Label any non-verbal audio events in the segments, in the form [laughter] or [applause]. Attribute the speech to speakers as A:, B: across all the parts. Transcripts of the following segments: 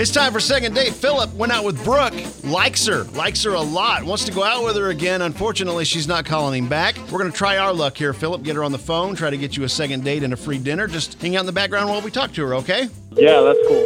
A: It's time for second date. Philip went out with Brooke, likes her, likes her a lot, wants to go out with her again. Unfortunately, she's not calling him back. We're going to try our luck here, Philip. Get her on the phone, try to get you a second date and a free dinner. Just hang out in the background while we talk to her, okay?
B: Yeah, that's cool.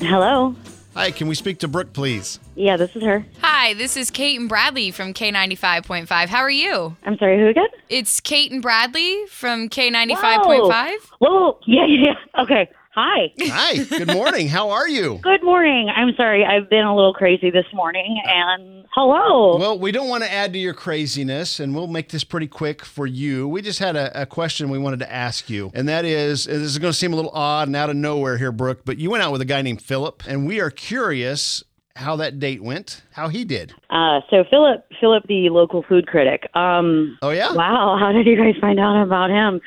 C: Hello.
A: Hi, can we speak to Brooke, please?
C: Yeah, this is her.
D: Hi, this is Kate and Bradley from K95.5. How are you?
C: I'm sorry, who again?
D: It's Kate and Bradley from K95.5.
C: Whoa. Whoa. Yeah, yeah, yeah. Okay. Hi.
A: Hi, good morning. How are you?
C: Good morning. I'm sorry. I've been a little crazy this morning and hello.
A: Well, we don't want to add to your craziness, and we'll make this pretty quick for you. We just had a, a question we wanted to ask you, and that is and this is going to seem a little odd and out of nowhere here, Brooke, but you went out with a guy named Philip, and we are curious how that date went, how he did.
C: Uh, so Philip Philip the local food critic. Um
A: Oh, yeah?
C: Wow, how did you guys find out about him?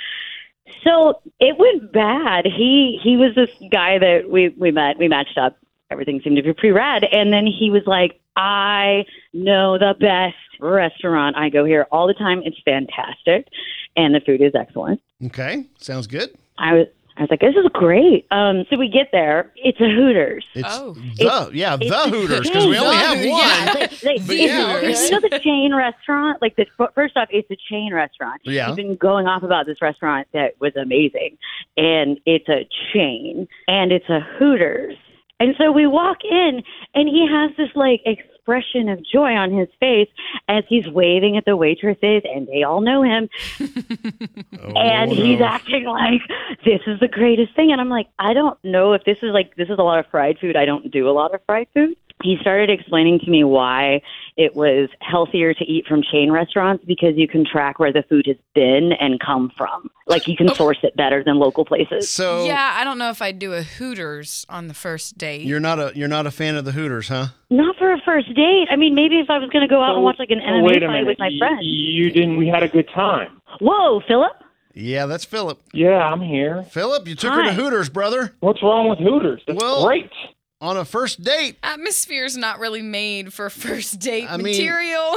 C: So it went bad. He he was this guy that we we met. We matched up. Everything seemed to be pre-read, and then he was like, "I know the best restaurant. I go here all the time. It's fantastic, and the food is excellent."
A: Okay, sounds good.
C: I was I was like, "This is great." Um, so we get there. It's a Hooters.
A: It's
D: Oh.
A: the yeah the Hooters because we
C: Hey,
A: only
C: the
A: have one.
D: Hooters, yeah.
C: Like, they-
A: But
C: it's-
A: yeah,
C: you know the chain restaurant? Like the fir- first off, it's a chain restaurant.
A: Yeah.
C: I've been going off about this restaurant that was amazing, and it's a chain, and it's a Hooters. And so we walk in, and he has this like expression of joy on his face as he's waving at the waitresses, and they all know him [laughs]
A: Oh,
C: and he's acting like this is the greatest thing and i'm like i don't know if this is like this is a lot of fried food i don't do a lot of fried food he started explaining to me why it was healthier to eat from chain restaurants because you can track where the food has been and come from like you can
B: Oh.
C: source it better than local places
A: So
D: Yeah, I don't know if I'd do a Hooters on the first date.
A: you're not a you're not a fan of the Hooters, huh?
C: not for a first date i mean maybe if i was going to go out and watch like an
B: Oh,
C: mma fight with my
B: You-
C: friend
B: You didn't. We had a good time.
C: whoa philip
A: Yeah, that's Philip.
B: Yeah, I'm here.
A: Philip, you took her to
C: Hi.
A: Hooters, brother,
B: What's wrong with Hooters? That's
A: Well-
B: great.
A: on a first date.
D: Atmosphere's not really made for [laughs] first date
A: I mean-
D: material.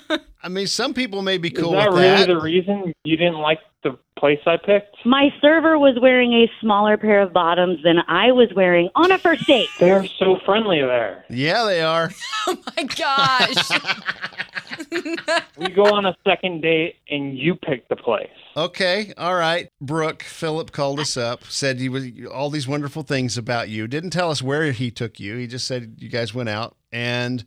D: [laughs] Oh
A: I mean, some people may be cool
B: is that
A: with
B: really
A: that.
B: the reason you didn't like the place I picked?
C: my server was wearing a smaller pair of bottoms than i was wearing on a first date
B: They're so friendly there.
A: yeah, they are.
D: oh my gosh. [laughs]
B: We go on a second date and you pick the place.
A: Okay, all right. Brooke, Philip called us up, said he was all these wonderful things about you. Didn't tell us where he took you. He just said you guys went out, and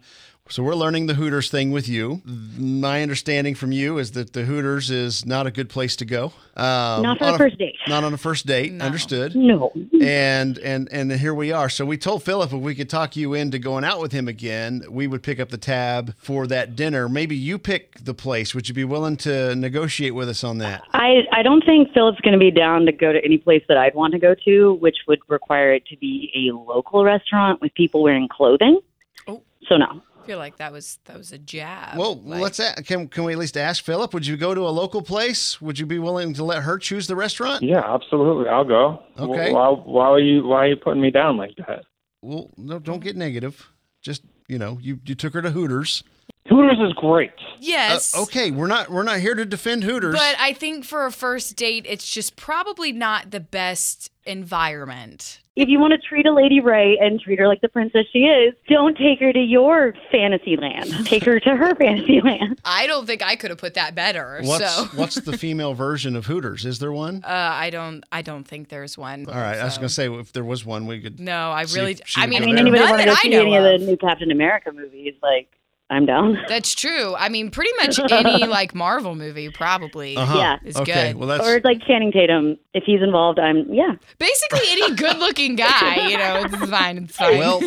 A: so we're learning the Hooters thing with you. My understanding from you is that the Hooters is not a good place to go. Um,
C: not for
A: on
C: a first date
A: Not on a first date.
D: No.
A: Understood.
C: no
A: and and and here we are. So we told Philip if we could talk you into going out with him again, we would pick up the tab for that dinner. Maybe you pick the place. Would you be willing to negotiate with us on that?
C: I I don't think Philip's going to be down to go to any place that I'd want to go to, which would require it to be a local restaurant with people wearing clothing.
D: Oh.
C: So no.
D: I feel like that was that was a jab.
A: Well,
D: Like,
A: let's uh, a can can we at least ask Philip? Would you go to a local place? Would you be willing to let her choose the restaurant?
B: Yeah, absolutely. I'll go.
A: Okay.
B: Why, why are you Why are you putting me down like that?
A: Well, no, don't get negative. Just you know, you you took her to Hooters.
B: Hooters is great.
A: Uh,
D: yes.
A: okay, we're not we're not here to defend Hooters.
D: But I think for a first date, it's just probably not the best environment.
C: If you want to treat a lady right and treat her like the princess she is, don't take her to your fantasy land. Take her to her fantasy land.
D: I don't think I could have put that better.
A: what's
D: so
A: what's the female version of Hooters? Is there one?
D: uh, I don't. I don't think there's one.
A: All right, I was gonna say if there was one, we could
D: No, I
A: See
D: really.
A: if she
D: I
A: would
D: mean,
A: go
C: I mean,
A: there.
C: anybody
D: none
C: want to
D: that
C: go
D: I
C: see any of
D: know
C: the
D: of.
C: new [laughs] Captain America movies? Like, I'm down.
D: That's true. I mean, pretty much
C: [laughs]
D: any like Marvel movie, probably.
A: Uh-huh.
C: Yeah.
D: It's
A: okay.
D: good.
A: Well, that's
C: Or like Channing Tatum, if he's involved, I'm yeah.
D: Basically, any good-looking guy, you know, it's fine. It's fine.
C: [laughs]
A: well.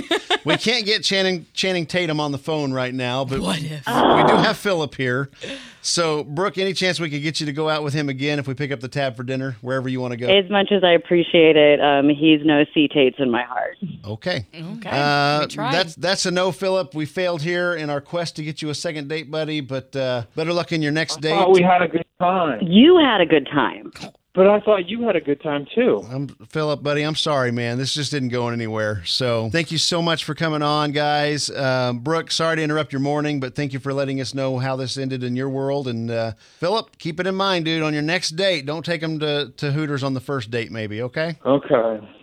A: we can't get Channing Channing Tatum on the phone right now, but
D: [laughs] what if?
A: we do have Philip here. So, Brooke, any chance we could get you to go out with him again if we pick up the tab for dinner, wherever you want to go?
C: As much as I appreciate it, um, he's no C Tates in my heart.
A: okay.
D: Okay.
A: Uh,
D: we tried.
A: that's that's a no, Philip. We failed here in our quest to get you a second date, buddy. But uh, better luck in your
C: Oh,
A: next date.
B: Thought we had a good time,
C: You had a good time.
B: but I thought you had a good time too.
A: I'm Philip, buddy. I'm sorry, man. This just didn't go anywhere. So thank you so much for coming on, guys. Um, Brooke, sorry to interrupt your morning, but thank you for letting us know how this ended in your world. And uh, Philip, keep it in mind, dude. On your next date, don't take them to, to Hooters on the first date, maybe. Okay.
B: Okay.